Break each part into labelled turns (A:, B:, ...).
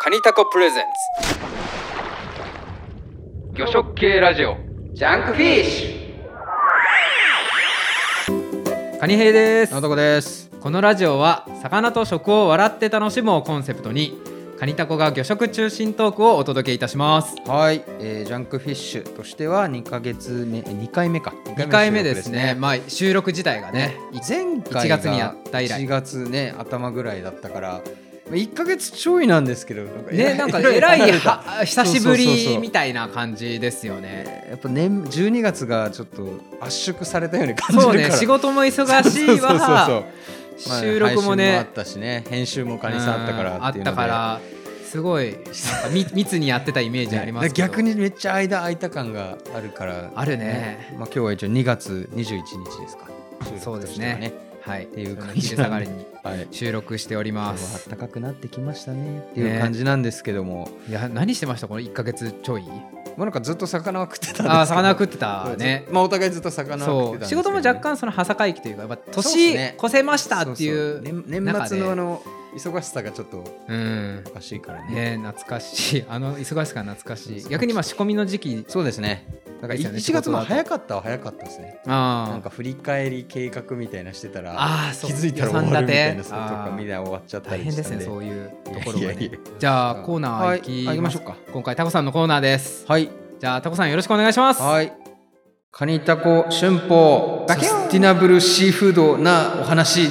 A: カニタコプレゼンツ魚食系ラジオジャンクフィッシュカニヘイです
B: なとこです。
A: このラジオは魚と食を笑って楽しもうコンセプトにカニタコが魚食中心トークをお届けいたします
B: はい、えージャンクフィッシュとしては2ヶ月目、えー二回目か。
A: 2回目ですね。まあ収録自体がねい
B: 前回
A: 1
B: が
A: 月にやった以来
B: 1月ね頭ぐらいだったから、まあ、1ヶ月ちょいなんですけど、なんか
A: ね なんかえらいは久しぶ
B: そうそうそう
A: り
B: そう
A: みたいな感じですよね
B: やっぱ年12月がちょっと圧縮されたように感じる
A: そう
B: から。
A: ね仕事も 忙しい
B: そうそうそうそう
A: わ
B: まあ
A: 収録も
B: 配信あ
A: ね
B: ったしね、編集もカニさんあったから
A: あ
B: っ
A: って
B: いうので。
A: たからすごいなんか み密にやってたイメージあります
B: ね
A: けど
B: 逆にめっちゃ間空いた感があるから
A: あるね
B: まあ、今日は一応2月21日ですか
A: そうですね
B: 収録として
A: は
B: は
A: いっ
B: っていう感
A: で
B: じ
A: 下
B: な
A: が
B: ん
A: り
B: で
A: に
B: はい
A: 収録しており
B: あ
A: ます
B: 暖かくなってきましたねっていう感じなんですけども、
A: いや何してましたこの1か月ちょい
B: もうなんかずっと魚は食ってたんですけど
A: あー魚食ってたね
B: まあお互いずっと魚は
A: そ
B: 食ってたん
A: う
B: です
A: 仕
B: けどね
A: 事も若干そのはさかいきというかやっぱ
B: そうっ
A: 年
B: すね
A: 越せましたっていう
B: そそ年年末のあの忙しさがちょっと
A: うん
B: おかしいからね
A: ね懐かしいあ の忙しさが懐かしい逆にまあ仕込みの時期
B: そうですねなんか
A: ですよね
B: 1月も
A: 仕事だと
B: 早かったは早かったですね
A: あー
B: なんか振り返り計画みたいなしてたら
A: あーそう
B: 気づいたら終わるみたいなそう
A: 予算立て
B: とかみんな終わっちゃった
A: 大
B: り
A: 変
B: し
A: で
B: た
A: す
B: ん
A: ね
B: で
A: そういうところが
B: いやいや
A: ね
B: いや
A: じゃあコーナー行き
B: はい行き
A: ま
B: ますしょうか
A: 今回タコさんのコーナーです
B: はい
A: じゃあタコさんよろしくお願いします
B: はいカニタコ春報
A: ガ
B: サ
A: キュン
B: スティナブルシーフードなお話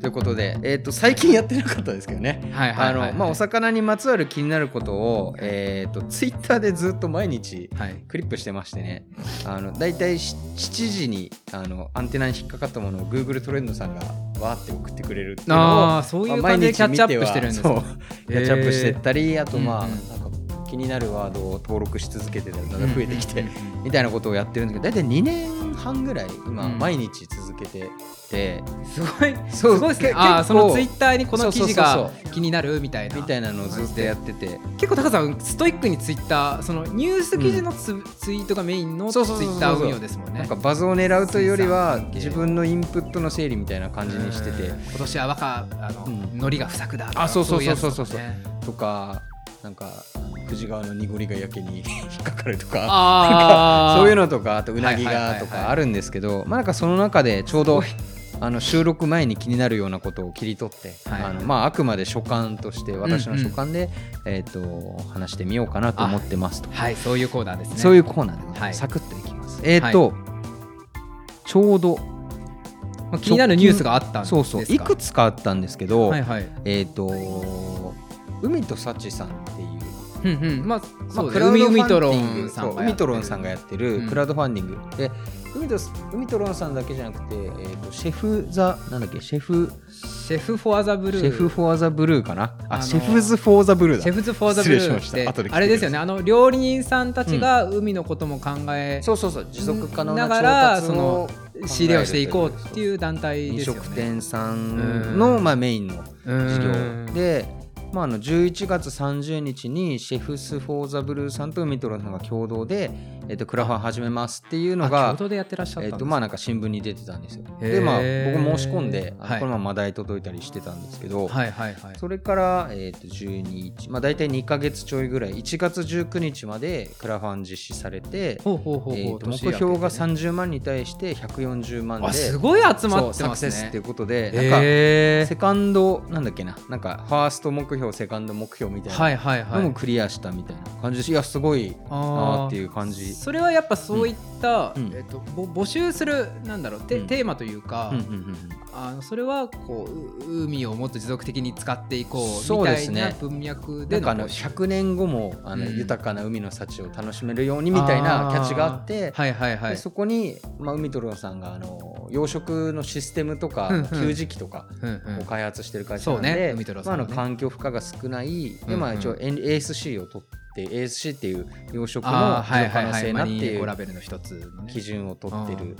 B: ということで、えー、と最近やってなかったですけどね
A: はいは
B: あ
A: いはい
B: のまあお魚にまつわる気になることを、えー、とツイッターでずっと毎日
A: はい
B: クリップしてましてねあの大体し7時にあのアンテナに引っかかったものを Google トレンドさんがわーって送ってくれるっていうのを
A: ああそういう
B: まあ
A: 感じでキャッチアッ
B: 毎
A: プ
B: 日見は
A: してるんです
B: そう
A: ね
B: キャッチアップしてったり、あとまあ、
A: うんうん
B: なんか気になるワードを登録し続けてたらだんだん増えてきて、
A: うんうんうん
B: みたいなことをやってるんですけど大体2年半ぐらい今
A: うん
B: 毎日続けてて、
A: すごい
B: そう
A: すごいですね
B: け
A: ああ
B: 結
A: そ
B: 構
A: のツイッターにこの記事
B: そう
A: が
B: そう
A: 気になるみたいな
B: みたいなのをずっとやってて
A: 結構タコさんストイックにツイッターそのニュース記事のつツイートがメインのツイ
B: そうそうそうそう
A: ッター運用ですもんね
B: なんかバズを狙うというより
A: 水
B: は
A: 産関係
B: 自分のインプットの整理みたいな感じにしてて
A: うん今年は若あの
B: うん
A: 海苔が不作だとか
B: あそうそう
A: いやつとか
B: そうそうそう
A: ね
B: とかなんか富士川の濁りがやけに引っかかるとか。
A: ああ
B: そういうのとかあとうなぎ
A: はいはいはい
B: が
A: はい
B: とかあるんですけどまあなんかその中でちょうどあの収録前に気になるようなことを切り取って、
A: はい
B: あのまあ、あくまで所感として私の所感で、えー、と話してみようかなと思ってますと、
A: はいそういうコーナーですね
B: そういうコーナーでございます、
A: はい
B: サクッといきますえっ、と、ちょうど
A: まあ気になるニュースがあったんですか
B: そうそういくつかあったんですけど、
A: はいはい
B: えっ、と海と幸さんっていう
A: うんうんまあ
B: まあ
A: そう
B: ク
A: で
B: ラウ
A: 海
B: ドファンディン
A: 海とロン
B: グ
A: さ
B: そ
A: ん
B: う
A: が
B: 海とロンさんがやってる
A: うん
B: クラウドファンディング、で海と海とロンさんだけじゃなくて、えー、とシェフ・ザなんだっけシェフ
A: シェフ・フォア・ザ・ブルー
B: シェフ・フォア・ザ・ブルーかなあ
A: あのー
B: シェフズ・フォー・ザ・ブルーだ
A: シェフズ・フォア・ザ・ブル
B: 失礼し
A: ー
B: ました
A: って
B: 後で聞いてください
A: あれですよねあの料理人さんたちが海のことも考え
B: そうそうそう持続可能な
A: ながら
B: 調達を考えるという
A: 仕入れをしていこうっていう団体
B: 飲
A: ですよね
B: 食店さんの、
A: うん
B: まあ、メインの事
A: うん
B: 業で、まあ、あの11月30日にシェフス・フォー・ザ・ブルーさんと海とロンさんが共同で、えっとクラファン始めますっていうの
A: あ
B: が
A: 共同でやってらっしゃったん
B: え
A: です
B: っ
A: ね
B: とまあなんか新聞に出てたんですよ。
A: へー
B: でまあ僕申し込んで、あの
A: はい
B: このまま題届いたりしてたんですけど、
A: はいはいはい
B: それから、えっと12日、まあ、大体2か月ちょいぐらい1月19日までクラファン実施されて、
A: ほうほうほうほう、
B: えっと
A: 年
B: 目
A: 明けてね
B: 標が30万に対して140万で
A: あすごい集ま
B: そ
A: っ
B: う
A: て
B: サ
A: ま
B: ク
A: すね
B: セスっていうことでなんか、
A: へ
B: セカンドなんだっけななんかファースト目標セカンド目標みた
A: ー
B: いな。
A: はいはいは
B: のも
A: い
B: クリアしたみたいな感じですいやすごいなーっていう感じ
A: それはやっぱそういった、
B: うん
A: えっと、ぼ募集するなんだろうテ,、
B: うん
A: テーマというか、
B: うんうんうんうん
A: あのそれはこうう海をもっと持続的に使っていこう
B: そ
A: み
B: うで
A: たい
B: すね
A: な文脈
B: な
A: で
B: んかあ
A: の
B: の
A: 募集
B: 100年後もあの
A: うん
B: 豊かな海の幸を楽しめるようにみたいなキャッチがあって
A: はいはいはい
B: でそこに、まあ、海とろさんがあの養殖のシステムとか
A: うんうん
B: 給餌器とか
A: うんうん
B: を開発してる会社なん
A: そうね
B: で
A: 海とろ
B: ま
A: さ
B: ああ
A: んはね
B: の環境負荷が少ない
A: うんう
B: で
A: ん
B: まあ一応 ASC を取って ASC っていう養殖
A: あ
B: の
A: ーはいは
B: 可
A: い
B: 能
A: は
B: 性
A: いマ
B: なって
A: リーエ
B: い
A: コラ
B: う
A: ベルの一つのね
B: 基準を取って
A: う
B: る
A: ん、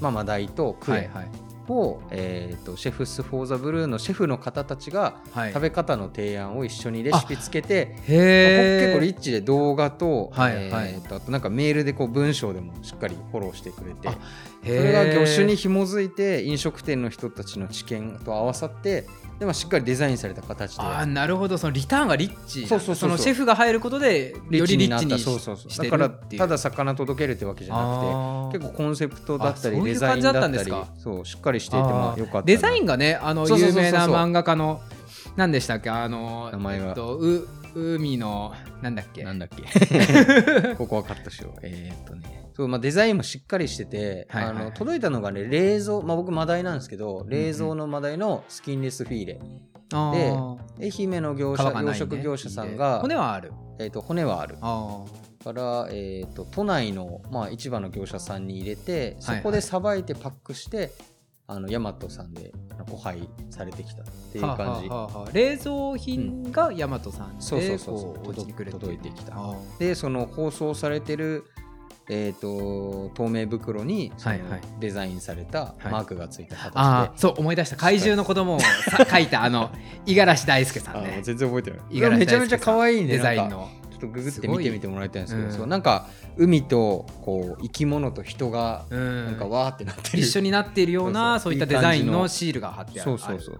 B: まあ、マダイとク
A: はい
B: エ
A: はい
B: を、えー、とシェフス・フォー・ザ・ブルーのシェフの方たちが
A: はい
B: 食べ方の提案を一緒にレシピつけて
A: へえ
B: 結構リッチで動画と,、
A: はいはい
B: えーとあとなんかメールでこう文章でもしっかりフォローしてくれて
A: あ
B: それが魚種に紐づいて飲食店の人たちの知見と合わさってでもしっかりデザインされた形で
A: ああなるほどそのリターンがリッチ
B: そうそうそうそう
A: のシェフが入ることでよりリッチにし
B: そうそうそう
A: して
B: だ
A: る
B: から
A: っていう
B: ただ魚届けるってわけじゃなくて結構コンセプトだった
A: あ
B: り
A: そうい
B: デ
A: う
B: ザインだった
A: 感じだった
B: り
A: んです
B: そうしっかりしていてま
A: あ
B: あ
A: ー
B: よかった
A: デザイ
B: ン
A: ンがねあの
B: そうそう
A: 有
B: そうそ
A: 名
B: う
A: な漫画家の何でしたっけあの
B: 名前は
A: えっと、う海のなんだっけ
B: なんだっけ ここはカットしようえーっとねそうまあ、デザインもしっかりしてて、
A: はいはいはい
B: あの届いたのがね冷蔵、まあ、僕マダイなんですけど冷蔵のマダイのスキンレスフィーレ、
A: あー
B: 愛媛の業
A: 皮
B: 者、
A: がない
B: 養
A: ね
B: 殖業者さんが
A: 骨はある
B: えーっと骨はある
A: あ
B: から、えー、と都内の、まあ、市場の業者さんに入れてそこ
A: はいは
B: でさばいてパックして、あのヤマトさんでご配されてきたっていう
A: ーはあは
B: 感じ
A: あはあはあ冷蔵品が大和さんで
B: そうそうそうそう
A: こうお家にくれ
B: 届いてきた
A: あー
B: でその包装されてる、えー、と透明袋にその
A: はいはい
B: デザインされた
A: い
B: マークがついた形で、
A: あーそう思い出した怪獣の子供をさ描いたあの五十嵐大輔さん
B: あー
A: ね
B: 全然覚えてない
A: 五
B: い
A: 十
B: や
A: 嵐
B: めちゃ
A: 大輔さん
B: めちゃ可愛いね
A: デザイン
B: なんか
A: の
B: ちょっとググっ
A: す
B: て
A: ごい
B: 見てみてもらいたいんですけど
A: うん
B: そうなんか海とこう生き物と人が
A: う
B: なんか
A: ん
B: わーってなってる、
A: 一緒になっているようなそ
B: そううそう
A: いった
B: いい
A: デザ
B: 感じの
A: インのシールが貼ってある
B: そうそうそう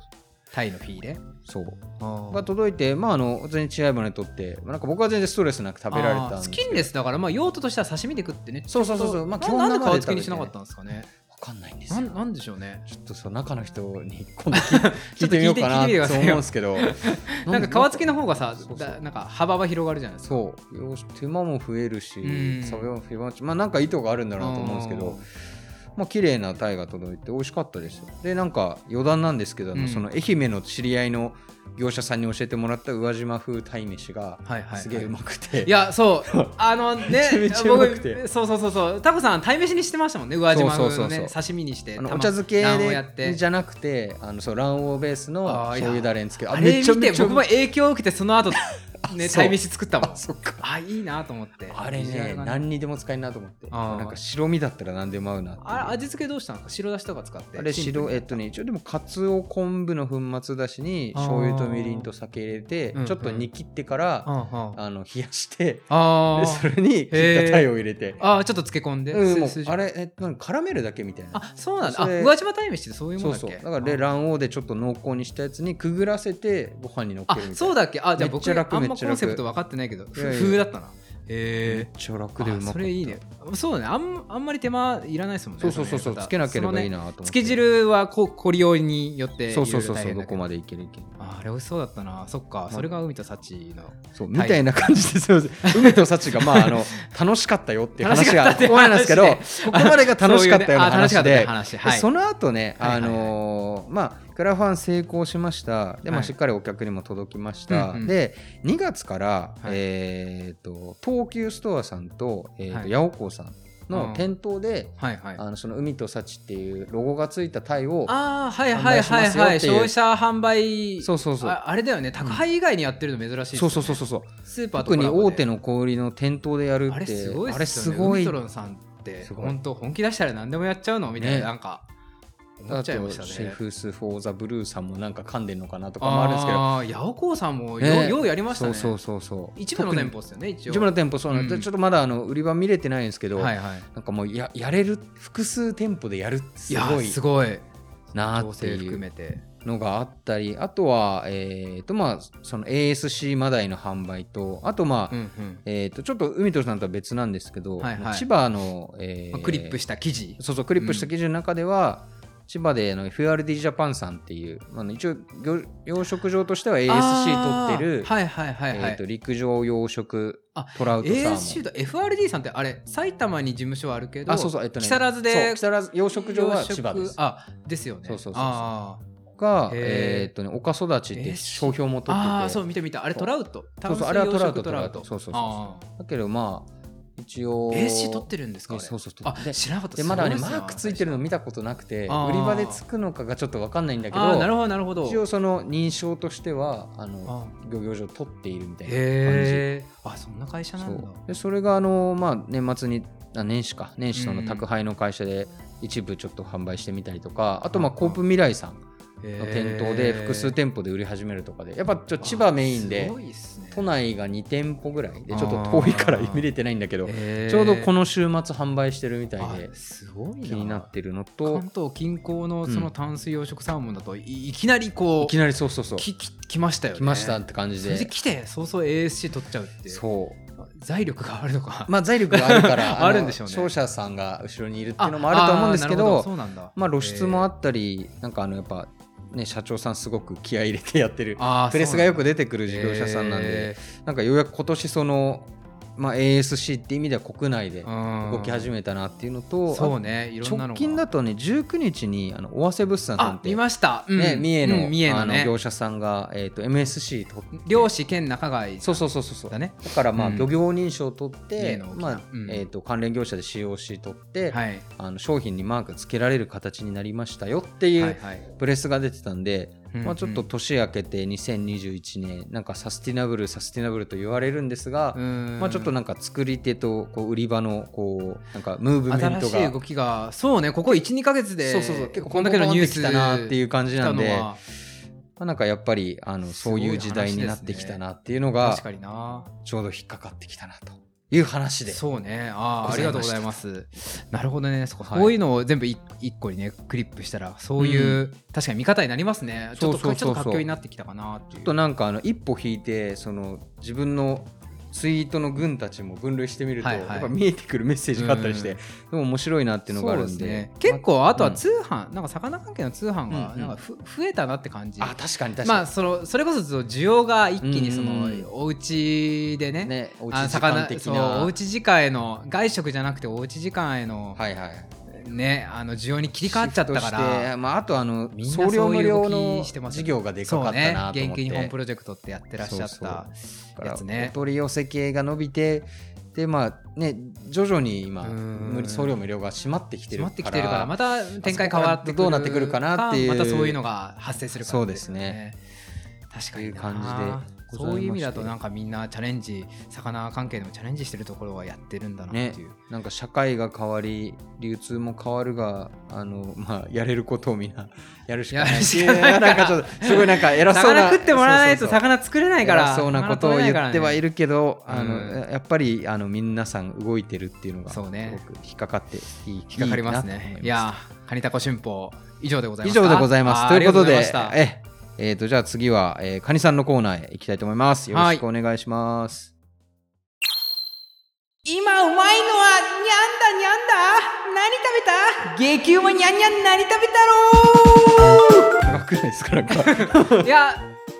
A: タイのフィーレ
B: そう
A: が
B: が届いて、まあ、あの全然違いものにとって、まあ、なんか僕は全然ストレスなく食べられたんです
A: ス
B: け
A: キンレスだからまあ用途としては刺身で食ってね
B: そうそうそうそうまあ
A: な
B: 基本
A: なん
B: 生で
A: で皮付けにしなかったんですかね
B: どわかんないんです
A: な
B: よ
A: んなんでしょうね
B: ちょっとそう中の人に今度聞 い聞いてみようかな
A: 聞い
B: っ
A: てみてく
B: て
A: だ
B: そ
A: さ
B: う
A: いよ
B: 思うんですけ ど
A: なんか皮付けの方がさ
B: そうそう
A: だなんか幅は広がるじゃないですか
B: そうよし手間も増えるし
A: うん
B: 作業も増えますしまあなんか意図があるんだろうなと思うんですけどまあ綺麗な鯛が届いて美味しかったですよでなんか余談なんですけど、あの
A: うん
B: その愛媛の知り合いの業者さんに教えてもらった宇和島風鯛飯が
A: はいはいはい
B: すげえうまくて、
A: いやそうあ のね
B: ちゃめちゃうまくて
A: 僕そうそうそうそうタコさん鯛めしにしてましたもんね宇和島風のね
B: そうそうそうそう
A: 刺身にして
B: あのお
A: 卵
B: 茶漬け
A: 卵をやって
B: でじゃなくてあのそう卵黄ベースの
A: あーいや
B: 醤油だれにつける
A: あれ見て僕も
B: い
A: 影響を受けてその 後ね
B: あそう
A: 鯛めし作ったもん
B: あそっか
A: あいいなと思って
B: あれ
A: ビジュア
B: ね
A: ルが
B: 何にでも使えるなと思って
A: あー
B: なんか白身だったら何でも合うなっていう
A: あれ味付けどうしたんですか白だしとか使って
B: あれ白えっとね一応でもかつお昆布の粉末だしに
A: あー
B: 醤油とみりんと酒入れて
A: うんうん
B: ちょっと煮切ってから、
A: ああ
B: あの冷やして
A: あ
B: でそれに切った鯛を入れて、
A: ああちょっと漬け込んで、
B: うん、もう
A: 数字
B: あれえなんか絡めるだけみたいな
A: あそうなんだあ
B: それ
A: 宇和島鯛めしってそういうも
B: そ
A: ん
B: う
A: だっけ
B: そうだからで卵黄でちょっと濃厚にしたやつにくぐらせてご飯にのっ
A: あ
B: けるみたいな
A: そうだっけあじゃあ
B: めっ
A: 僕
B: ちゃ楽
A: あんま
B: めっちゃ
A: コ
B: 楽
A: ンセプト分かってないけどふ
B: いやいや
A: 風だったな
B: めっ
A: へえ
B: ちゃ楽でうまかった
A: それいいねそうだねあんあんまり手間いらないですもんね
B: そうそうそうそう
A: のやり方
B: つけなければいい
A: そのね
B: なと思って
A: 漬け汁はこ凝りようによって
B: そうそうそうそう
A: いろいろ大変だ
B: ど
A: け
B: こまでいけるいける
A: ああれ美味しそうだったなそっかそれが海と幸の
B: そうみたいな感じですよ 海と幸がまああの楽しかったよっていう話
A: 楽しかった
B: が
A: っていう
B: ここまでなんですけどこ
A: 話
B: こまでが楽しかったような話
A: そういうね
B: で
A: あ楽しかったって話はい
B: でその後ね
A: はいは
B: あ
A: いはい
B: のーまあクラファン成功しましたで
A: は
B: まあ
A: い
B: しっかりお客にも届きまし
A: う
B: た
A: んうん
B: で2月から
A: はい
B: えっと東急ストアさんとえ
A: は
B: ー
A: い
B: とヤオコーさん
A: うん
B: の店頭で
A: はいはい
B: あのその海と幸っていうロゴがついたタイを
A: ああはい
B: 販
A: はい
B: 売し
A: は
B: ま
A: い
B: すよ
A: は
B: っ
A: い
B: ていう
A: 消費者販売
B: そうそうそう
A: ああれだよね宅配以外にやってるの珍しいです
B: そ
A: ね
B: うそうそうそうそう
A: スーパーと
B: 特
A: か
B: に大手
A: の
B: の小売りの店頭でやるって
A: あれすごいっすよね
B: あれすごい
A: ウミトロンさんって
B: すごい
A: 本当本気出したら何でもやっちゃうのみたいな、
B: ね
A: なんか思っ
B: あ
A: ちゃいま
B: と
A: したね
B: シェフス・フォー・ザ・ブルーさんもなんか噛んでんのかなとかもあるんですけど
A: あー八百幸さんもよ,、
B: ね
A: ようやりましたね
B: そうそうそうそう
A: 一部の
B: 特
A: 店
B: に
A: 舗ですよね一応
B: 一部の店舗そうなんです、
A: うん
B: ちょっとまだあの売り場見れてないんですけど、
A: はいはい
B: なんかもうややれる複数店舗でやるって
A: い
B: す
A: や
B: ごい
A: すごい
B: な
A: 調
B: ーって
A: 整含
B: いう
A: めて
B: のがあったりあとはえっ、とまあその ASC マダイの販売とあとまあ、
A: うんうん
B: えー、とちょっと海鳥さんとは別なんですけど、
A: はいはい
B: 千葉の、えー
A: まあクリップした記事
B: そうそうクリップした記事の中では、千葉であの FRD ジャパンさんっていう、まあの、一応漁養殖場としては ASC 取ってる、
A: あーはいはいはいはい、
B: えー、と陸上養殖
A: あ
B: トラウトサーモン
A: ASC と FRD さんってあれ埼玉に事務所あるけど
B: あそうそうえっとね
A: 木更津
B: そう
A: で
B: 木更津養殖場は千葉です
A: あですよね
B: そうそうそうそう
A: あー
B: が、
A: へー
B: えーっとね、丘育ちって商標も取ってて、
A: あーそう見て見たあれトラウト
B: そ
A: 淡
B: うそう
A: 水
B: あれはトラウ
A: 養
B: ト
A: 殖トラウト
B: トラウトそうそうそう
A: あ
B: だけどまあ一応
A: ー ASC 取ってるんですかあれ
B: そうそう取
A: あ
B: ってで
A: 知らなかった
B: でまだねマークついてるの見
A: た
B: たことなくて売り
A: あー
B: 場でつくのかがちょっと分かんないんだけ
A: あー
B: ど
A: なるほどなるほど
B: 一応その認証としてはあの
A: あ
B: 漁業所取っているみたいな感じ
A: へえあそんな会社な
B: そ
A: ん
B: う
A: だ
B: でそれがあの、まあ、年末にあ年始か年始そ
A: うん
B: の宅配の会社で一部ちょっと販売してみたりとか、あとまあコープ未来さんの
A: へー
B: 店頭で複数店舗で売り始めるとかでやっぱちょっと千葉メイン
A: あす
B: で
A: ごいっすね
B: 都内が2店舗ぐらいで
A: あー
B: ちょっと遠いから見れてないんだけどちょうどこの週末販売してるみたいです
A: ごい
B: 気になってるのと
A: 関東近郊の
B: うん
A: その淡水養殖サーモンだといいきなりこ
B: いうきなりそうそうそう
A: きき来ましたよね
B: 来ましたって感じ
A: それで
B: で
A: 来て早々 ASC 取っちゃうって
B: そう
A: 財力があるのか
B: まあ財力があるから の
A: あるんでしょうね
B: 商社さんが後ろにいるっていうのもあると思うんですけ
A: あーなるほ
B: ど
A: そうなんだ
B: まあ露出もあ
A: て
B: ったりなんかあのやっぱね社長さんすごく気合い入れてやってる
A: あー
B: プレスがよく
A: 出
B: 出てくる事業者さんなんでなんかようやく今年そのまあ ASC って意味では国内で動き始
A: め
B: めたなっていうのと
A: そうねいろんなのが
B: 直近だとね19日にあの尾鷲物産さん
A: あ
B: って
A: 見ました、うん
B: ね、三重の,、
A: うん三重
B: あ
A: の
B: の
A: ね
B: 業者さんが、えー、と MSC 取って
A: 漁師兼仲買
B: そうそうそうそうそう
A: だね
B: だからまあ、
A: うん
B: 漁業認証を取っ
A: 三重
B: て、
A: の大きな
B: まあ
A: うん
B: えー、と関連業者で COC 取って、
A: はい
B: あの商品にマークつけられる形になりましたよってい
A: はいうはい
B: プレスが出てたんで、まあ、ちょっと
A: うん
B: 年明けて2021年なんかサスティナブルサスティナブルと言われるんですが、
A: うん
B: まあ、ちょっとなんか作り手とこう売り場のこうなんかムーブメントが
A: 新しい動きがそうねここ12か月で
B: そうそうそう結構
A: こ
B: こ
A: ん
B: ん
A: だ
B: だ
A: け
B: け
A: の
B: の
A: ニ
B: ニ
A: ュ
B: ュ
A: ー
B: ー
A: ス
B: ス来たなっていう感じ
A: 来
B: な
A: た
B: ん
A: の
B: で、
A: は
B: まあ、なんかやっぱりあのそういう時代になってきたなっていうのが
A: 確かにな
B: ちょうど引っかかってきたなという話で
A: そうねあーあ
B: ご
A: り
B: ざ
A: が
B: いました
A: とうございますなるほどねそう
B: はい
A: こういうのを全部い一個にねクリップしたらそういう、確かに見方になりますねちょっと
B: そうそうそうそう
A: ちょっと活況になってきたかなってい
B: ちょ
A: う
B: っとなんかあの一歩引いてその自分のツイートの群たちも分類してみると、
A: はいはい
B: やっぱ見えてくるメッセージがあったりして、
A: うん
B: でも面白いなっていうのがある
A: そ
B: ん
A: うで
B: です
A: ね、結構あとは
B: うん
A: 通販、なんか魚関係の通販が
B: うんう
A: なん
B: ん
A: かふ、増えたなって感じ
B: あ確かに確かに、
A: まあそのそれこそその需要が一気にその
B: うん
A: お家でね
B: ねおうち
A: あ
B: 時
A: 魚
B: 間的
A: そう
B: な
A: おうち時間への外食じゃなくておうち時間への、
B: はいはい
A: ねあの需要に切り替わっちゃったか
B: シフトして
A: ら。
B: まあ、あとあの
A: みんな
B: 送料無料
A: そういう動
B: の
A: きしてますよ
B: 事業がでか
A: そ
B: か
A: う
B: ったな
A: ね
B: と思って、
A: 元気日本プロジェクトってやってらっしゃっ
B: そう
A: た
B: だから
A: やつね
B: お取り寄せ系が伸びてでまあね徐々に今
A: うん
B: 無理送料無料が閉まってきて
A: 詰
B: る
A: ま
B: か
A: っ
B: ら
A: てきてるからまた展開変わってくる
B: どうなってくるかなっていう
A: またそういうのが発生するからよ確かにな
B: という感じでございまして
A: そういう意味だとなんかみんなチャレンジ魚関係でもチャレンジしてるところはやってるんだなっ
B: ね
A: ていう、、
B: なんか社会が変わり流通も変わるがあの、 まあ、やれることをみんな やるし
A: や
B: かない
A: るしかないから
B: なんかちょっ とすごいなんか偉そうな
A: 魚食ってもらわないと
B: そうそうそう
A: 魚作れないから
B: 偉そうなことを言ってはい
A: る
B: るけど、
A: 魚取
B: あ
A: れないからね
B: のやっぱりあの皆さん動いてるっていうのがす
A: そ
B: ご
A: う
B: く
A: ね
B: 引っかかっていい引
A: 引っかかりますねいやーカニタコ春報以上でございま
B: 以
A: すか
B: 上でございます。
A: あー
B: ということ
A: ありがとうご
B: で
A: ざいました
B: ええーとじゃあ次は、えー、カニさんのコーナーへ行きたいと思います。よろしくお願い します。
C: 今うまいのはにゃんだにゃんだ何食べた激うまにゃんにゃん何食べたろう
B: 長くないですかなん か
A: いや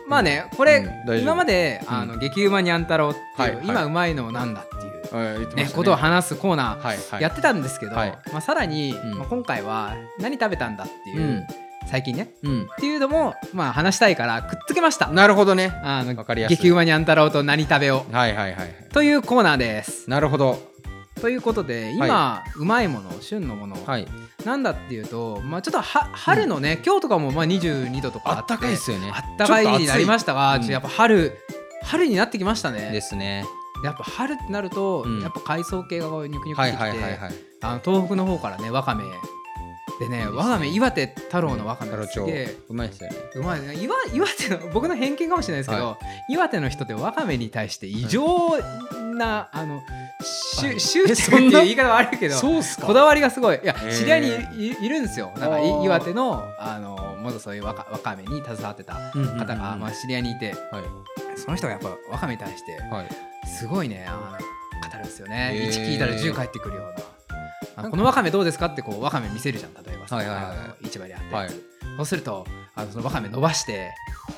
A: まあねこれ、
B: うん大丈夫
A: 今まで「
B: うん
A: あの激うまにゃん太郎」っていう、
B: はいはい
A: 今うまいのなんだっていう、ね
B: はい言ってましたね
A: ことを話すコーナ
B: はいは
A: ー
B: い
A: やってたんですけど、
B: はい
A: まあ、さらに、
B: ん
A: まあ、今回は何食べたんだっていうう、
B: ん
A: 最近ね
B: うん
A: っていうのも、まあ、話したいからくっつけました
B: なるほどね。
A: あの
B: わかりやすい
A: 激うまにゃん太郎と何食べを
B: はいはいはい。
A: というコーナーです。
B: なるほど。
A: ということで今、うまいもの旬のもの、
B: はい。
A: なんだっていうと、まあ、ちょっとは春のね、今日とかもまあ22度とかあ
B: あ
A: っ
B: ってたかいですよね。
A: あったかい日になりま
B: し
A: したが、
B: ち
A: ち
B: ょっと暑い
A: ょっとやっぱ春春になってきましたね。
B: ですね。
A: やっぱ春ってなると、
B: うん
A: やっぱ海藻系がこうニュクニュク
B: は
A: し
B: い
A: てきて、
B: はいはいはい。
A: あの東北の方からねわかめでね
B: いいですね
A: わかめ岩手太郎のわかめ
B: タロ
A: す
B: チョ
A: げ
B: ウ
A: え。
B: うまいですよね。
A: うまいね岩岩手の 僕の偏見かもしれないですけど、
B: は
A: 岩手の人ってわかめに対して異常な、あの
B: は
A: 執
B: い
A: 執
B: え
A: 着って
B: そ
A: い
B: ん
A: う
B: な
A: 言い方は悪いけど
B: そうっす
A: こだわりがすごいいや
B: へー
A: 知り合いにいいるんですよなんか
B: あ
A: い
B: ー
A: 岩手のあのもっとそういうわかわかめに携わってた方
B: 方
A: が、まあ、知り合いにいて
B: はい
A: その人がやっぱわかめに対して
B: はい。
A: すごいねあの語るんですよね、
B: へー
A: 1聞いたら10返ってくるようなあこのわかめどうですかってこうわかめ見せるじゃん例えばさ、
B: はいはいはい
A: あの市場であって、
B: はい
A: そうするとあのそのわかめ伸ばして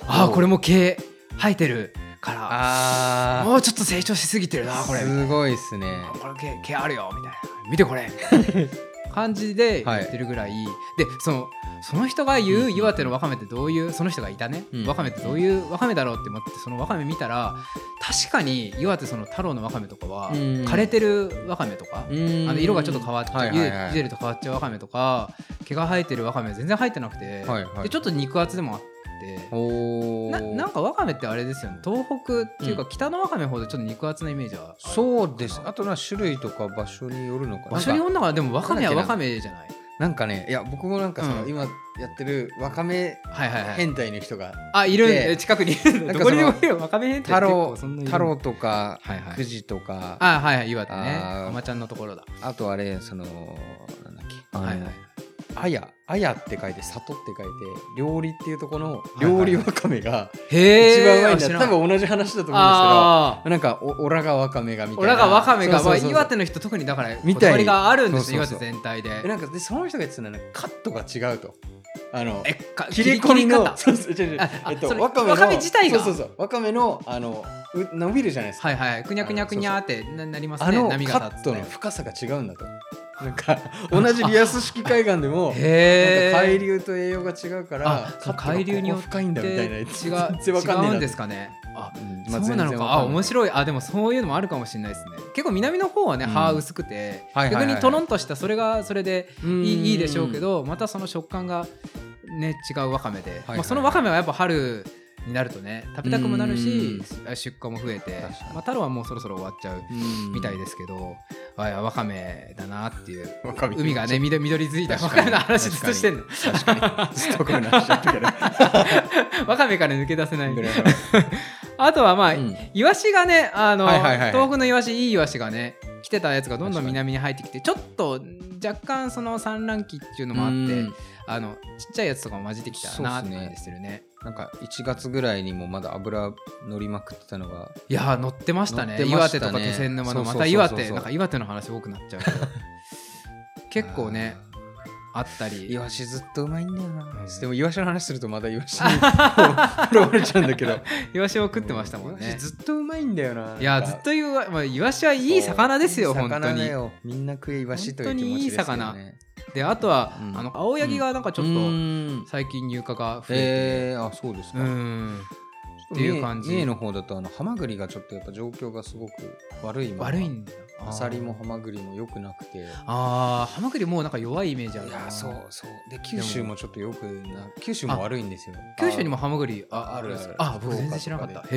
A: ああ
B: おう
A: これも毛生えてるから
B: あ
A: もうちょっと成長しすぎてるな
B: あ。
A: これみたいな
B: すごいですね。
A: あこれ毛毛あるよみたいな見てこれ みたいな感じで言ってるぐらい、でそのその人が言う岩手のわかめってどういうその人がいたね、
B: うん
A: わかめってどういうわかめだろうって思ってそのわかめ見たら確かに岩手その太郎のわかめとかは、
B: うん
A: 枯れてるわかめとか、あ
B: あ
A: の色がちょっと変わっちゃう、
B: はいはいはい
A: ゆでると変わっちゃうわかめとか毛が生えてるわかめ全然生えてなくて、
B: はいはい
A: でちょっと肉厚でもあって。
B: おお。
A: ななんかわかめってあれですよね東北っていうか
B: う
A: 北のわかめほどちょっと肉厚なイメージはある
B: そうです。あとな種類とか場所によるのかな。
A: 場所に
B: なんか
A: 女がでもワカメはワカメじゃない
B: なんかねいや僕もなんかその、
A: うん
B: 今やってるわかめ
A: はいはいはい
B: 変態の人が
A: あいるん
B: で
A: で近くにいるん
B: な
A: だ
B: ん
A: ど
B: か
A: こ
B: その
A: にでもいるよ若め変態
B: 太
A: って
B: 郎
A: 結構そんなにいる
B: 太郎とか
A: はいはい
B: くじとかあ
A: あはいはい岩手ね
B: あー
A: おまちゃんのところだ
B: とあれそのなんだっけあの
A: はいはい
B: あやあやって書いて里って書いて料理っていうとこの
A: いはい
B: 料理わかめが一
A: へ
B: 番
A: え
B: 前にあって多分同じ話だと思うんですけど
A: ああ
B: なんかおオラがワカメがみたい
A: 俺
B: な
A: らがワカメが
B: そうそうそうそう
A: まあ岩手の人特にだから
B: みたい
A: 断りがあるんですよ
B: そ
A: 岩
B: うそう
A: 手
B: そう
A: 全体で
B: えなんかでその人が言ってたのはなんかカットが違うとあの
A: えか
B: 切り込みの
A: 方
B: そうそう違う違う
A: ああ
B: えっと
A: それ
B: わかめの
A: わかめ自体が
B: そうそうそうわかめのあのう伸びるじゃないですか、
A: はいはいくにゃくにゃくにゃってななります
B: あ
A: ね
B: のカ
A: 波が立
B: ッ
A: つと
B: トの深さが違うんだとなんか同じリアス式海岸で も
A: へ
B: なんか海
A: 流
B: 流と栄養が違うから
A: あそう
B: カットが
A: 海流によ
B: こ
A: っ
B: こ
A: て
B: 深いんだみたいな
A: 違う
B: やつ 全然わかん
A: 違
B: な
A: う
B: い
A: ん
B: な
A: ですかねあ
B: うんまあ
A: そうなの
B: 全然わ
A: か
B: ん
A: あ
B: ない
A: 面白いあでもそういうのもあるかもしれないですね結構南の方はね、
B: うん
A: 歯薄くて、
B: はいはいはい
A: 逆にとろんとしたそれがそれでい
B: うん
A: いいいでしょうけどまたその食感がね違うわかめで、
B: はい
A: まあ、そのわかめはやっぱ春になるとね食べたくもなるし
B: うん
A: 出荷も増えて
B: 確かに、
A: まあ、太郎はもうそろそろ終わっちゃう
B: うん
A: みたいですけど、あいやわかめだなっていう
B: わかめ
A: 海がね緑緑づいたわ
B: 確
A: か
B: かに
A: めの話ずっとしてんの
B: 確か にずっとこの話だったけど
A: わかめから抜け出せない
B: ぐらい
A: あとはまあ、
B: うん
A: イワシがねあの、
B: はいはいはい
A: 東北のイワシいいイワシがね来てたやつがどんどん
B: 確かに
A: 南に入ってきてちょっと若干その産卵期っていうの
B: の
A: もあって、
B: うん
A: あのちっちゃいやつとかも混じってきたなーって感じするね
B: なんか1月ぐらいにもまだ油乗りまくってたのが
A: いやー乗ってましたね
B: 乗ってま
A: 岩
B: した
A: 手
B: ね
A: とか気仙沼の
B: そう
A: ま
B: そうそうそう
A: た岩手なんか岩手の話多くなっちゃうけど 結構ねあった
B: イ
A: り
B: ワシずっとうまいんだよな、
A: うん
B: でもイワシの話するとまたイワシに拾われちゃうんだ けど
A: イワシを食ってましたもん
B: イワ
A: ね
B: シずっとうまいんだよない
A: やーずっと言うわ、まあ、イワシはいい魚ですよ
B: そう
A: 本当
B: 魚だ
A: に
B: よみんな食えイワシという気持ちです
A: 本
B: よ、ね、
A: 当にいい魚であとは、
B: うん
A: あの青柳がなんかちょっと、
B: と
A: 最近入荷が増えて、
B: えー、あそうですか、
A: うんっていう感じ
B: 三重の方だとあのハマグリがちょっとやっぱ状況がすごく悪いまま
A: 悪いんだ
B: アサリもハマグリも良くなくて
A: あーハマグリもうなんか弱いイメージある
B: い
A: な
B: やそうそうで九州もちょっとよくな九州も悪いんですよ
A: 九州にもハマグリあ
B: あ
A: あるんです
B: あるある
A: あ僕全然知らなかった
B: 福
A: へ
B: 岡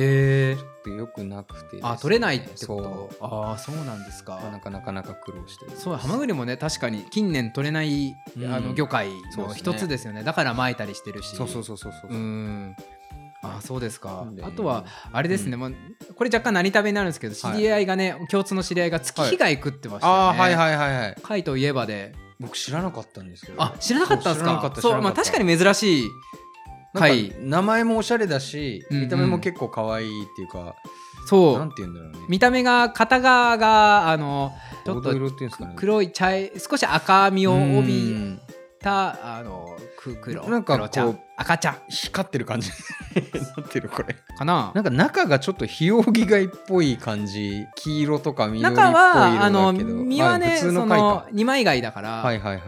A: え
B: ちょっとよくなくてですね、
A: あ取れないってこ
B: そ
A: とああそうなんです
B: うな
A: か
B: かなかなか苦労してる
A: そうハマグリもね確かに近年取れない、
B: うん
A: あの魚介
B: そう
A: の
B: です
A: 一
B: ね
A: つですよねだから撒いたりしてるし
B: そうそう
A: う
B: そうそうそう、
A: んあーそうですか、
B: なんで
A: あとはあれですね、まあ、これ若干何食べになるんですけど知り合いがね、共通の知り合いが月日貝食ってましたよね、
B: ああはいはいはいはい
A: 貝といえばで
B: 僕知らなかったんですけど
A: あ知らなかったんです
B: そう知らなかっ
A: か
B: た知
A: そ
B: ら
A: う
B: な
A: ま
B: か
A: あ
B: った
A: 確かに珍しい
B: なんか
A: 貝
B: 名前もおしゃれだし
A: うんうん
B: 見た目も結構可愛いっていうか、
A: そ
B: なん
A: う
B: て言うんだろうね
A: 見た目が片側があのちょっ
B: 黄土
A: と
B: 色っていうんですかね
A: 黒い茶い少し赤みを帯
B: う
A: び
B: ん
A: たあのく黒
B: なんかこ
A: 黒
B: う
A: 茶赤茶
B: 光ってる感じ なってるこれ
A: かな
B: なんか中がちょっとヒオウギ貝っぽい感じ黄色とか緑っぽい
A: 中
B: 色だけど
A: はあの
B: まあ
A: 身はね
B: 普
A: そ
B: 通の貝
A: の
B: か
A: 二枚貝だか
B: は
A: ら
B: いはいはい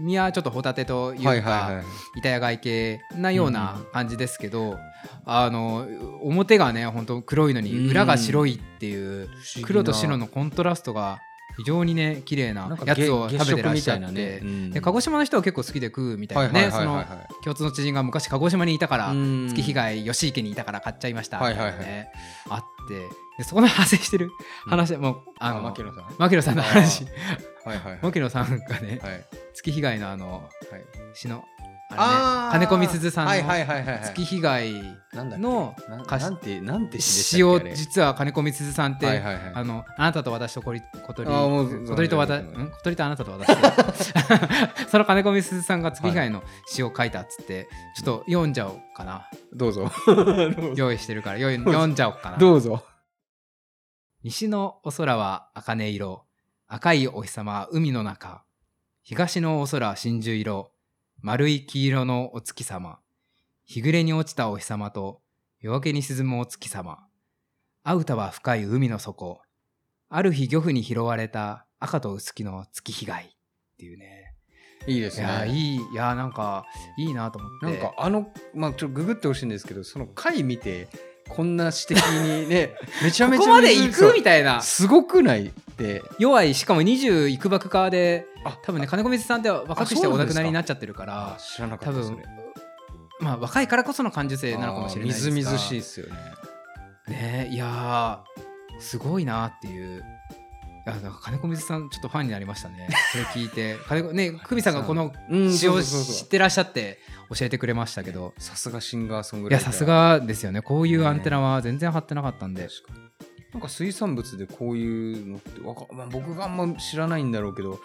A: 身はちょっとホタテとい
B: は
A: う
B: いはいは
A: か
B: い
A: 板谷貝系なよう
B: うん
A: な感じですけどあの表がね本当黒いのに裏が白いっていう。
B: 不思議な
A: 黒と白のコントラストが非常にね綺麗
B: な
A: なん
B: か
A: やつを
B: げ
A: 食べてらっ
B: 月
A: しゃ
B: 食
A: っ
B: み
A: て、
B: たいなねうん
A: で鹿児島の人は結構好きで食うみたいなね、その共通の知人が昔鹿児島にいたから、
B: うん
A: 月日貝吉池にいたから買っちゃいましたみ
B: は
A: た
B: い
A: いな
B: は
A: ね、
B: いはい
A: あってでそこの派生してる話、もうあ
B: あ
A: の
B: 牧野さん
A: 牧野さんの話
B: はいはいはい
A: 牧野さんがね、
B: はい
A: 月日貝のあの
B: はい
A: 詩のあ
B: あ
A: の、
B: ー
A: ね、金子みすずさん
B: はいはい
A: の
B: はいはいはい
A: 月日貝
B: なんだっけ
A: の
B: な
A: 歌詞
B: なんてなんて
A: 詩を
B: でし
A: 実は金子みすずさんったて、
B: っけあれはいはいは
A: あ
B: い
A: のあなたと私と小鳥小鳥
B: あーもう
A: 小鳥と私
B: 存じ上げて
A: ん小鳥とあなたと私 とその金子みすずさんが月以外の詩を書いたっつって、ちょっと読んじゃおうかな
B: ど うぞどうぞ
A: 用意してるからよい読んじゃおうかな
B: どうぞ
A: 西のお空は茜色赤いお日様は海の中東のお空は真珠色丸い黄色のお月様日暮れに落ちたお日様と夜明けに沈むお月様あうたは深い海の底ある日漁夫に拾われた赤と薄木の月被害っていうね
B: いいです
A: いやー
B: ね
A: いいいやーなんかいいなと思って
B: なんかあのまあちょっとググってほしいんですけどその回見てこんな詩的 にねめちゃめ
A: こ
B: ちゃ
A: こまで行
B: そう
A: くみたいな
B: すごくないって
A: 弱いしかも20いくばくかで
B: あ
A: 多分ね金子水さんって若くし
B: あ
A: て
B: そう
A: お
B: な
A: 亡
B: んで
A: く
B: すか
A: なりになっちゃってるから
B: 知らなか
A: 多
B: った
A: 分まあ若いからこその感受性なのかもしれない
B: み
A: です
B: ず
A: が
B: みずしいですよね
A: ねいやーすごいなっていうやなんか金子水さんちょっとファンになりました ねそれ聞いて金子ね久美さんがこの
B: うん
A: 詩
B: そ
A: を
B: うそうそう
A: 知
B: そ
A: っ
B: う
A: てらっしゃって教えてくれましたけど
B: さすがシンガーソング
A: い
B: ラ
A: や
B: イター
A: さすがですよねこういうアンテナは全然張ってなかったんで、
B: 確かになんか水産物でこういうのってわか、まあ、僕があんま知らないんだろうけど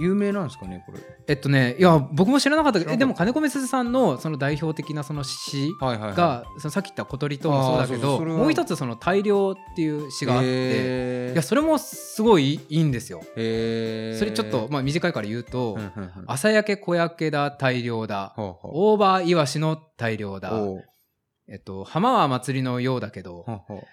B: 有名なんですかねこれ
A: えっとねいや僕も知らなかったけど
B: 知らなかった
A: えでも金子水さんのその代表的なその詩
B: はいはい、はい、
A: が、そのさっき言った小鳥ともそうだけ
B: あーそうそ
A: ど
B: うそれは
A: もう一つその大量っていう詩があって、
B: えー
A: いやそれもすごいいいんですよ。
B: えー
A: それちょっと、まあ、短いから言うと、
B: うんうんうん
A: 朝焼け小焼けだ大量だ
B: ほうほう
A: オーバーイワシの大量だ、
B: おう
A: えっと、浜は祭りのようだけど
B: ほうほう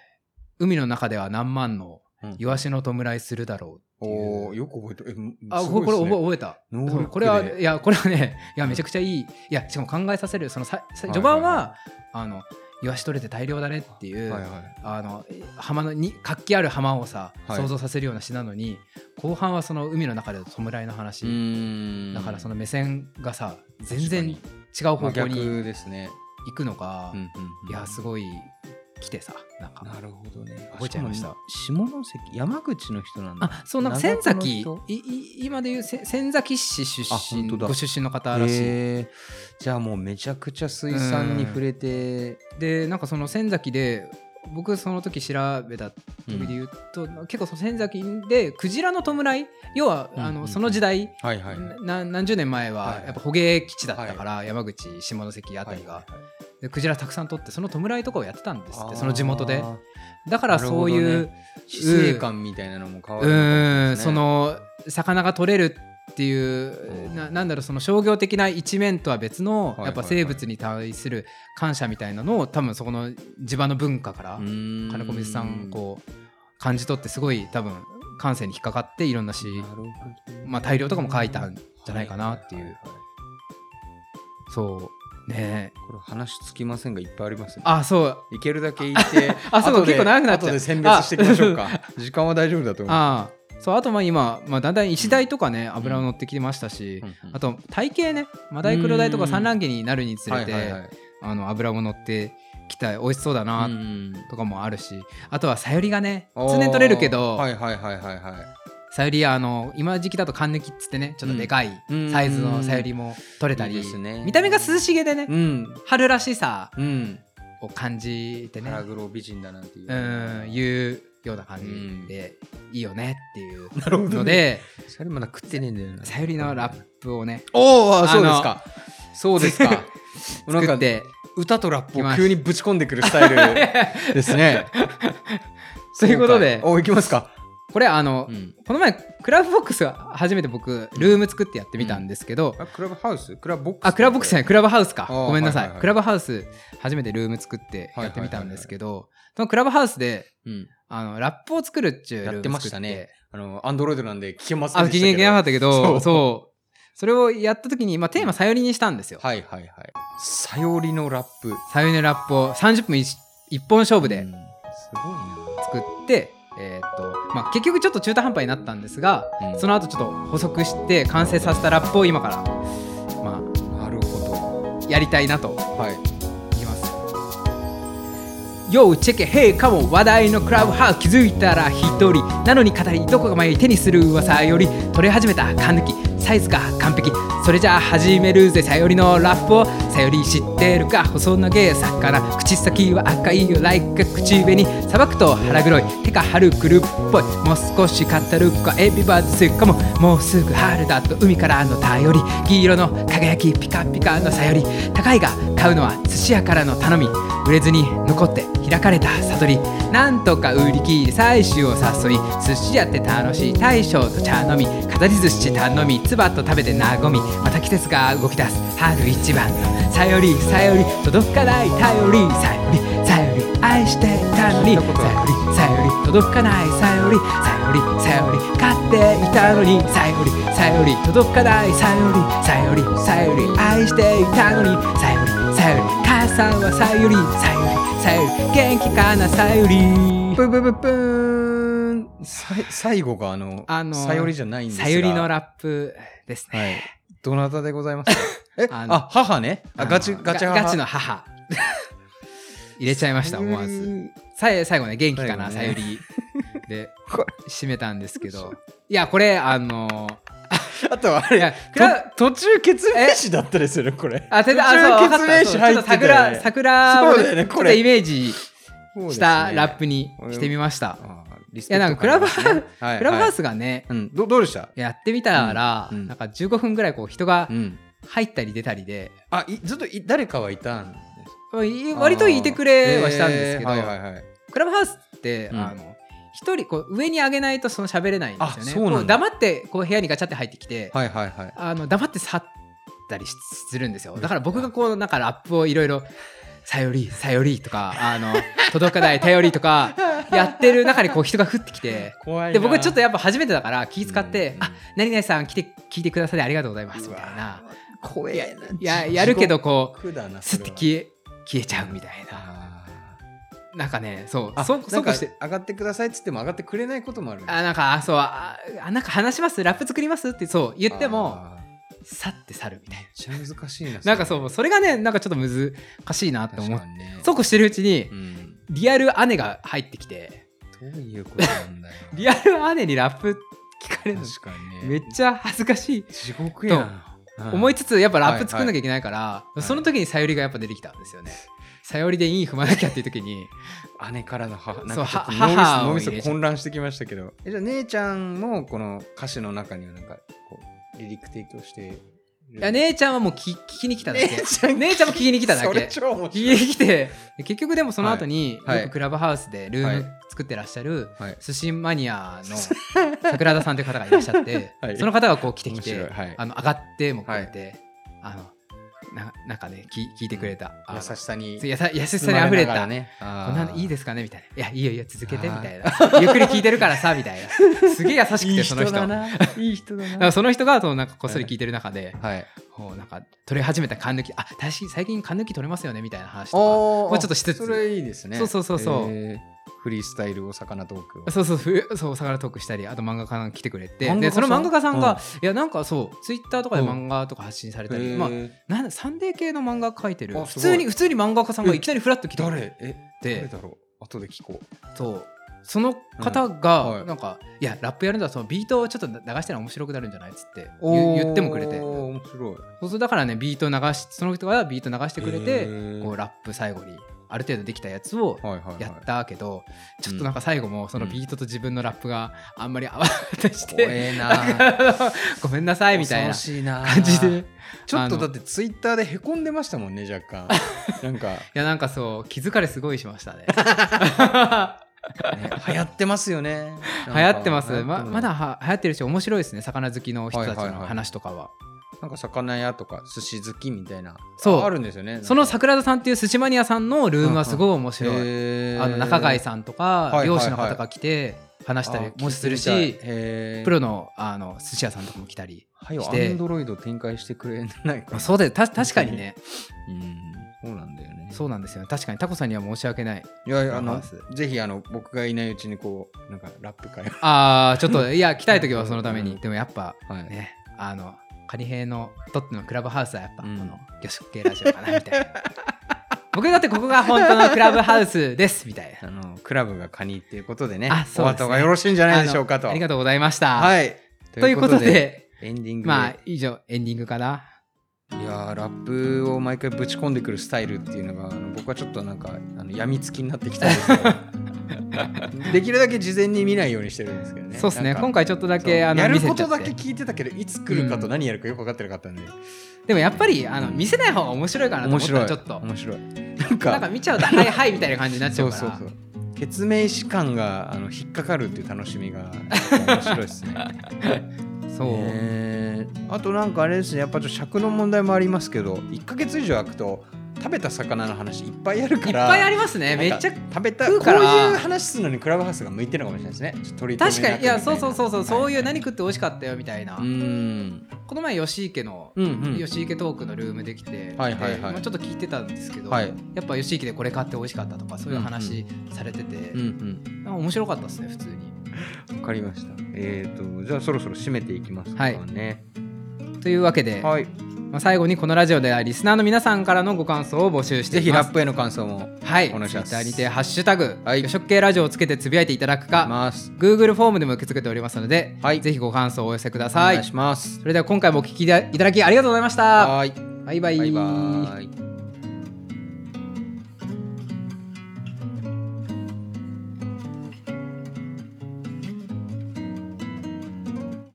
A: 海の中では何万の
B: うん
A: イワシの弔いするだろうっていう
B: おーよく覚えてるえ
A: あ
B: す
A: こ
B: ご
A: れこれ
B: いですね
A: 覚え覚えたそ
B: 能力
A: う
B: で
A: これはいやこれはねいやめちゃくちゃいいいやしかも考えさせるそのささ序盤は,、
B: はいはい
A: あのイワシ取れて大量だねっていう、
B: はいはい
A: あの浜のに活気ある浜をさ、
B: はい
A: 想像させるような詩なのに後半はその海の中での弔いの話、だからそ
B: の
A: の目線がさ全然違
B: 確
A: う方
B: 真
A: 向に
B: 逆ですね、
A: 行くのが、
B: うんうんうん
A: いやすごい来てさなんか
B: なるほどね
A: 覚えちゃいました
B: しかも下関山口の人なんだ
A: あそうなんか
B: 長
A: 仙
B: 野の人
A: 崎いい今で言うせ仙崎市出
B: あ本
A: 身
B: 当だ
A: ご出身の方らしい、
B: へーじゃあもうめちゃくちゃ水産に触れて、
A: でなんかその仙崎で僕その時調べた時で言うと、結構その仙崎でクジラの弔い要は、
B: うん
A: あ
B: うんう
A: の
B: ん
A: その時代、
B: はいはいはい
A: な何十年前
B: は
A: はいやっぱ捕鯨基地だったから、山口下関あたりが、
B: はい
A: でクジラたくさん取ってその弔いとかをやってたんです
B: あ
A: っ
B: ー
A: てその地元でだからそう
B: な
A: いう、
B: るほど死生観みたいなのも変わ
A: う
B: るのかも
A: ーん
B: です
A: そ
B: ね
A: の魚が取れるっていうななんだろうその商業的な一面とは別の
B: いはい
A: やっぱ生物に対する感謝みたいなのを多分そこの地場の文化から
B: うーん
A: 金子水さんこう感じ取ってすごい多分感性に引っかかっていろんな詩、
B: なるほど
A: まあ、大量とかも書いたんじゃないかなっていう、
B: はははは
A: そうねえ
B: これ話つきませんがいっぱいありますね
A: あそう
B: いけるだけ言って
A: あそう
B: 後で
A: 結構長くなっちゃう
B: 後で選別していきましょ うか時間は大丈夫だと思う
A: ああそうあとまあ今、まあ、だんだん石鯛とかね油を乗ってきてましたし、
B: うんうん
A: あと体型ねマダイクロダイと
B: う
A: か
B: ん
A: 産卵期になるにつれて、
B: はいはいはい
A: あの油も乗ってきた美味しそうだ
B: う
A: なんとかもあるし、あとはサヨリがね
B: おー
A: 通年取れるけど、
B: はいはいはいはいはい
A: サヨリはあの今時期だとカンヌキっつってねちょっとでかい
B: うん
A: サイズのサヨリも取れたり、
B: いいですね
A: 見た目が涼しげでね、
B: うん
A: 春らしさ
B: うん
A: を感じてね
B: 腹黒美人だなんていう
A: うんいうような感じで、いいよねっていう
B: なるほどね
A: の で
B: それまだ食ってねえんだよな
A: さゆりのラップをね
B: おお
A: あ
B: そうですかそうですか
A: 作
B: なん
A: っ
B: か
A: て
B: 歌とラップ
A: きま
B: を
A: す
B: 急にぶち込んでくるスタ イルですね
A: ということで
B: 今回おいきますか
A: これあの、
B: ん
A: この前クラブボックスは初めて僕ルーム作ってやってみたんですけど、
B: あクラブハウスクラブボックス
A: あクラブボックスじゃないクラブハウスか
B: あー
A: ごめんなさい、
B: はいはいはい
A: クラブハウス初めてルーム作ってやってみたんですけど、そのクラブハウスで
B: うん
A: あのラップを作るっちゅうルーム作
B: やってましたねあのアンドロイドなんで聞けませ
A: あ
B: ん
A: の
B: で
A: 聞い
B: した
A: て
B: け
A: いけなか
B: ど
A: ったけどそ
B: そうう
A: それをやった時に、まあ、テーマさよりにしたんですよ、
B: はいはいはいさよりのラップ
A: さよりのラップを30分一一本勝負で、
B: うんすごいな
A: 作って、えーっとまあ、結局ちょっと中途半端になったんですが、
B: うん
A: その後ちょっと補足して完成させたラップを今から、ま
B: なるほ
A: あ、やりたいなと
B: どはい
A: いきます。Yo, check it, hey, come on 話題のクラブハウス気づいたら一人なのに語りどこが前に手にする噂より取れ始めた缶抜きサイズが完璧それじゃあ始めるぜさよりのラップをさより知ってるか細長い魚口先は赤いよ like 口紅さばくと腹黒い手が春くるっぽいもう少し語るかエビバーズするかももうすぐ春だと海からの頼り黄色の輝きピカピカのさより高いが買うのは寿司屋からの頼み売れずに残って開かれた悟りなんとか売り切り採取を誘い寿司屋って楽しい大将と茶飲み飾り寿司頼みつばっと食べて和みまた季節が動き出す春一番のさよりさより届かない頼りさよりさより愛していたのにさよりさより届かないさよりさよりさより買っていたのにさよりさより届かないさよりさよりさより愛していたのにさよりさより母さんはさよりさよりさより元気かなさより
B: ププププーンさい最後があの、
A: あの
B: さよりじゃないんですが
A: さよりのラップですね、
B: はい。どなたでご ざいますかえ
A: あの
B: あ、母ね。あ、
A: の
B: ガチ、ガチ母。
A: ガチの母 入れちゃいました思わず
B: さより。
A: さえ最後ね元気かな、
B: 最
A: さゆ
B: 後ね
A: りで
B: こ
A: 締めたんですけどいやこれあの
B: あとはあ
A: い
B: れ
A: やクラ
B: と途中決明詞だったりするこれ
A: あてたあ
B: 途中
A: そうわかったそう
B: 決明詞
A: ちょ
B: 入
A: っ
B: っ
A: と
B: てたよ
A: 桜
B: ね
A: 桜を
B: そう
A: ね
B: だよね
A: ち
B: こ
A: ょっ
B: れ
A: とイメージしたラッ
B: プ
A: プにしてみました、
B: い
A: いやなんかクラブハウス、
B: はい
A: クラブハウ
B: ス
A: スがね、
B: うんどどうでした
A: やってみたら、
B: うんうん
A: なんか15分ぐらいこう人が
B: ん
A: 入ったり出たりで、
B: あいずっとい誰かはいたんです
A: い割といてくれはしたんですけど、
B: あーへーはいはいはい
A: クラブハウスって、
B: うん
A: あの一人こう上に上げないとその喋れないんですよね
B: あそうなんだ
A: こう黙ってこう部屋にガチャって入ってきて、
B: はいはいはい
A: あの黙って去ったりしするんですよだから僕がこうなんかラップをいろいろ「さよりさより」とか「あの届かない頼り」と かやってる中にこう人が降ってきて。
B: 怖い
A: で僕はちょっと
B: や
A: やっぱ初めてだから気使って「
B: うんうん
A: あ何々さん来て聞いてくださりありがとうございます」みたいな
B: 怖いない
A: ややるけどこ
B: 苦だ
A: う
B: な
A: すって消え消えちゃうみたいな
B: あ
A: なんかねそう
B: ー
A: そ
B: な
A: そ
B: ん
A: こ
B: か
A: して
B: 上がってくださいっつっても上がってくれないこともあるんだ
A: あなんかあそうああなんか話しますラップ作りますってそう言っても
B: あーめっ
A: 去って去るみたい
B: ちゃ難しいな
A: ななんかそうそれがねなんかちょっと難しいなって思って
B: て
A: そうこうしてるうちに
B: うん
A: リアル姉が入ってきて
B: どういうことなんだよ
A: リアル姉にラップ聞かれるの
B: 確かに
A: めっちゃ恥ずかしい
B: 地獄やな
A: 思い
B: つ
A: つつやっぱラップ作んなきゃいけないから、その時にさよりがやっぱ出てきたんですよね。さよりでイン踏まなきゃっていう時に
B: 姉からの母なん
A: そう
B: かちょっと
A: は母を
B: 脳みそ
A: 入れ
B: 脳み
A: ち
B: そ
A: ゃう
B: 混乱してきましたけどえじゃあ姉ちゃんもこの歌詞の中にはなんかこうリリック提供して
A: い
B: る
A: や姉ちゃんはもう聞聞きに来ただけ
B: 姉ちゃん
A: 姉ちゃんも聞きに来ただ
B: それ
A: け
B: 超面白
A: 聞
B: い
A: きに来てで結局でもその後に、
B: はいはい
A: よくクラブハウスでルー
B: は
A: ム
B: い
A: 作ってらっしゃる、
B: はい
A: 寿司マニアの桜田さんという方がいらっしゃって、
B: はい
A: その方がこう来てきて、
B: 面白いはい
A: あの上がってもくれて、あのななんかねき聞いてくれた、あの
B: 優しさに
A: やさ優しさにあふれた、
B: ね
A: こんなのいい
B: で
A: ですかねみたいな「いやいいよいいよ続けて」
B: あ
A: み
B: ー
A: たいな「ゆっくり聞いてるからさ」みたいなすげえ優しくてその人だか
B: いい人だ
A: らその人がそのなんかこっそり聞いてる中で
B: はい
A: こうなんか取り始めた缶抜き「あ確かに最近缶抜き取れますよね」みたいな話と
B: お
A: もうちょっとしつつ
B: それいいですね
A: そうそうそうそう
B: えーフリースタイルお魚トークを
A: かそうそうふそうお魚トークしたりあと漫画家さん来てくれて
B: 漫画
A: で
B: 家
A: そ
B: さん
A: の漫画家さん
B: うん
A: がいやなんかそうツイッターとかで
B: うん
A: 漫画とか発信されたり
B: えー
A: まあなんだサンデー系の漫画描いてる
B: あ
A: 普
B: すご
A: 通
B: い
A: に普通に漫画家さんがいきなりフラッと来てくれ
B: 誰え誰
A: て
B: だろう後で聞こう
A: そうその方
B: うん
A: が
B: はい
A: なんか「いやラップやるんだそのビートをちょっと流したら面白くなるんじゃない?」っつって言言ってもくれて
B: おー面白い
A: そうそうだからねビート流しその人がビート流してくれ
B: へ
A: て
B: ー
A: こうラップ最後にある程度できたやつを
B: はいはいはい、
A: やったけどちょっとなんか最後もそのビートと自分のラップがあんまり合わなかったりして、
B: 怖 え
A: なん
B: な
A: かごめんなさいみたいな
B: 恐ろしいな
A: 感じでい
B: ちょっとだってツイッターでへこんでましたもんね若 干なんか、ね、
A: やなんかそう気づかれすごいしましたね
B: 流行ってますよね
A: 流行ってます
B: なんか
A: ままだは流行ってるし面白いですね魚好きの人たち
B: はいはい
A: の
B: はい
A: 話とかは,、
B: なんか魚屋とか寿司好きみたいな
A: そう
B: あるんですよね
A: その桜田さんっていう寿司マニアさんのルームはすごい面白い、あ
B: あ
A: の中貝
B: ん
A: さんと
B: いはい
A: か
B: はい
A: 漁師の方が来て話したりもするしプ
B: プ
A: ロのあの寿司屋さんとかも来たり、
B: はよ
A: し
B: ア
A: て
B: ンドロイド展開してくれないか
A: まあ、
B: な
A: そうだよた確かにね
B: うんそうなんだよね
A: そうなんですよね確かにタコさんには申し訳ない
B: いやいやあ
A: わ
B: の
A: かり
B: ぜひあの僕がいないうちにこうなんかラッ プ会を
A: あーちょっといや来たい時はそのため
B: う
A: に
B: ん
A: でもやっぱ
B: はい
A: ねあのカニ兵のとってのクラブハウスはやっぱこ
B: うん
A: の魚食系ラジオかなみたいな 僕だってここが本当のクラブハウスですみたい
B: あのクラブがカニっていうことでね
A: あそう
B: お
A: ですね
B: 後がよろしいんじゃな
A: ない
B: でしょうかと
A: ありがとうございました、
B: はい
A: ということで
B: エンディングで、
A: まあ以上エンディングかない
B: やーラップを毎回ぶち込んでくるスタイルっていうのがあの僕はちょっとなんかあのやみつきになってきたんですけ どできるだけ事前に見ないようにしてるんですけどね
A: そうですね
B: なんか
A: 今回ちょっとだけ
B: そう
A: あの
B: やる
A: 見せちゃ
B: こ
A: って
B: とだけ聞いてたけどいつ来るか
A: う
B: と
A: ん
B: 何やるかよく分かってなかったんで、
A: でもやっぱりあの見せない方が面白いかなと思った
B: 面白
A: ら
B: い
A: ちょっと
B: 面白いなんか
A: なんか見ちゃうとはいはいみたいな感じになっちゃ
B: そうう
A: から
B: そうそう決明士感があの引っかかるっていう楽しみが面白いですね
A: そう
B: えーあとなんかあれですねやっぱちょっと尺の問題もありますけど1か月以上空くと食べた魚の話いっぱいある
A: い
B: か
A: っ
B: ら
A: ぱいありますねめ
B: な
A: っ
B: ん
A: ち
B: か
A: ゃ
B: 食べた
A: 食うか
B: こ
A: ら
B: ういう話するのにクラブハウスが向いてるのかもしれないですねちょっと取り留めな
A: 確
B: く
A: かにいやそうそうそうそう、
B: みた
A: そういう何食って美味しかったよみたいな、
B: うん
A: この前吉池の、
B: うんうん
A: 吉池トークのルームできて、
B: はいはいは
A: で
B: い
A: まあ、ちょっと聞いてたんですけど、
B: はい
A: やっぱ吉池でこれ買って美味しかったとかそういう話されてて、
B: うん
A: なんか面白かったですね普通に
B: うんわかりましたえっ、ー、とじゃあそろそろ締めていきますかね
A: というわけで、
B: はい、はい、
A: まあ、最後にこのラジオではリスナーの皆さんからのご感想を募集して
B: ぜひ
A: いま
B: ラ
A: す
B: ップへの感想も
A: はい
B: お願いします
A: ツイッターにて「ハッシュタグ、
B: はい
A: 魚食系ラジオ」をつけてつぶやいていただくか、
B: ます。
A: Google フォームでも受け付けておりますので、
B: はい
A: ぜひご感想をお寄せくだ
B: お
A: さい
B: 願いします。
A: それでは今回もお聞きいただきありがとうございました
B: はい。
A: バイバイ
B: バイバイ。